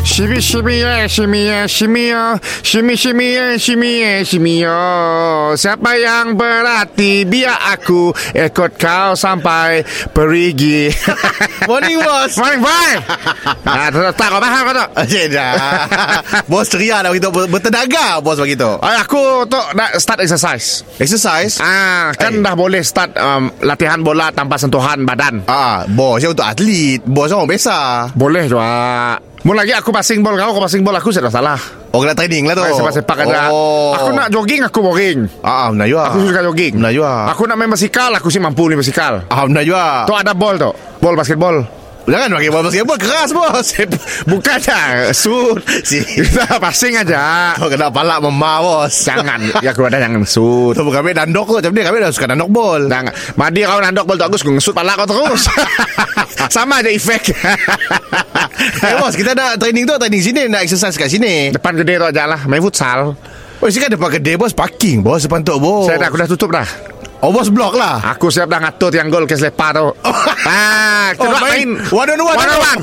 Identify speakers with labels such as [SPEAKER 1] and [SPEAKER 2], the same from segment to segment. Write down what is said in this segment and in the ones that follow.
[SPEAKER 1] Shimmy shimmy ya, shimmy ya, shimmy ya, shimmy shimmy ya, shimmy ya, shimmy ya. Siapa yang berhati biar aku ikut kau sampai perigi.
[SPEAKER 2] Morning bos
[SPEAKER 1] Morning boy. Ah, tak tak kau faham kau tak?
[SPEAKER 2] Okey dah Bos ceria dah begitu Bertenaga bos bagi tu
[SPEAKER 1] Ah, aku tu nak start exercise.
[SPEAKER 2] Exercise
[SPEAKER 1] Ah, kan
[SPEAKER 2] Eh.
[SPEAKER 1] dah boleh start um, latihan bola tanpa sentuhan badan.
[SPEAKER 2] Ah, bos yang untuk atlet Bos orang biasa
[SPEAKER 1] Boleh juga. Mula lagi aku passing ball kau, kau passing ball aku sudah salah.
[SPEAKER 2] Orang nak training lah tu
[SPEAKER 1] Oh. Sepak-sepak ada.
[SPEAKER 2] oh.
[SPEAKER 1] Aku nak jogging aku boring.
[SPEAKER 2] Ah, benar juga
[SPEAKER 1] Aku suka jogging
[SPEAKER 2] Benar juga
[SPEAKER 1] Aku nak main basikal Aku sih mampu ni basikal
[SPEAKER 2] Ah, benar juga
[SPEAKER 1] Tu ada bol tu Bol basketball
[SPEAKER 2] Jangan pakai bola basketball Keras bos
[SPEAKER 1] Bukan dah Sud
[SPEAKER 2] Si
[SPEAKER 1] Kita passing aja
[SPEAKER 2] Kau kena palak mama bos
[SPEAKER 1] Jangan Ya aku ada jangan sud
[SPEAKER 2] Tu kami dandok kot Macam ni kami dah suka dandok bol
[SPEAKER 1] Jangan Madi kau nandok bol tu Aku suka ngesut pala kau terus Sama aja efek
[SPEAKER 2] Eh bos kita nak training tu Training sini Nak exercise kat sini
[SPEAKER 1] Depan gede tu aja lah Main futsal
[SPEAKER 2] Oh sini kan depan kedai bos Parking bos Depan tu bos
[SPEAKER 1] Saya dah aku dah tutup dah
[SPEAKER 2] Oh bos blok lah
[SPEAKER 1] Aku siap dah ngatur tiang gol ke selepa tu Ah, Kita
[SPEAKER 2] Oh,
[SPEAKER 1] nak main
[SPEAKER 2] main one on one.
[SPEAKER 1] One on one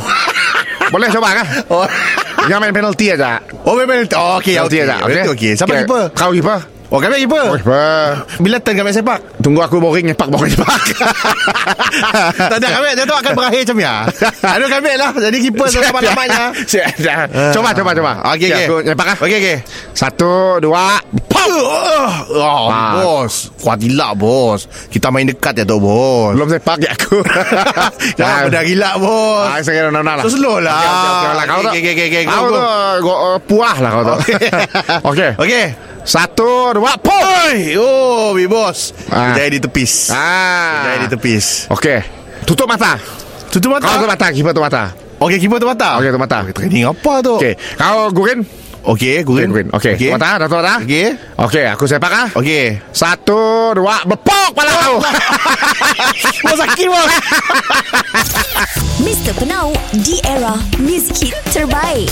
[SPEAKER 1] Boleh coba kah?
[SPEAKER 2] Oh
[SPEAKER 1] Jangan main penalty aja
[SPEAKER 2] Oh memang oh, Okay
[SPEAKER 1] Penalty
[SPEAKER 2] okay,
[SPEAKER 1] aja
[SPEAKER 2] okay. okay. Siapa
[SPEAKER 1] Okey,
[SPEAKER 2] keeper
[SPEAKER 1] Kau keeper
[SPEAKER 2] Oh kami keeper
[SPEAKER 1] Keeper
[SPEAKER 2] Bila turn kami sepak
[SPEAKER 1] Tunggu aku boring nyepak boring nyepak.
[SPEAKER 2] Tak ada kami Dia tu akan berakhir macam ya Aduh kami lah Jadi keeper sama namanya Ah.
[SPEAKER 1] Siap, siap. Coba coba coba.
[SPEAKER 2] Okay okay
[SPEAKER 1] Aku nyepak ah.
[SPEAKER 2] Okay okay
[SPEAKER 1] Satu, dua.
[SPEAKER 2] Pam Oh
[SPEAKER 1] Ah.
[SPEAKER 2] bos Kuat gila bos Kita main dekat ya tu bos
[SPEAKER 1] Belum sepak ya aku.
[SPEAKER 2] Jangan benda gila bos
[SPEAKER 1] Ah, saya kira nona lah.
[SPEAKER 2] So slow lah.
[SPEAKER 1] Okey, okey, okey lah. Kau tu.
[SPEAKER 2] Okey, okey, okey, okey. Go,
[SPEAKER 1] Kau
[SPEAKER 2] go.
[SPEAKER 1] tu go- uh, puah lah kau tu. Okey.
[SPEAKER 2] Okay
[SPEAKER 1] Satu, dua, puh.
[SPEAKER 2] Oi Oh mi bos
[SPEAKER 1] Ah.
[SPEAKER 2] Jaya di tepis Jaya
[SPEAKER 1] Ah.
[SPEAKER 2] di tepis
[SPEAKER 1] Okey. Tutup mata.
[SPEAKER 2] Tutup
[SPEAKER 1] Kau tutup
[SPEAKER 2] mata
[SPEAKER 1] mata, kiper tutup mata.
[SPEAKER 2] Okay keeper tu mata
[SPEAKER 1] Okey, tutup mata.
[SPEAKER 2] Training apa tu
[SPEAKER 1] Okey. Kau gurin?
[SPEAKER 2] Okay Gurin
[SPEAKER 1] Gurin. Okey. Tutup Mata, dah tutup mata.
[SPEAKER 2] Okay
[SPEAKER 1] Okey, Oh. aku sepak ah.
[SPEAKER 2] Okay
[SPEAKER 1] Satu, dua, bepok pala kau.
[SPEAKER 2] Bos sakit bos
[SPEAKER 3] Mr. Penau, di era music hit terbaik.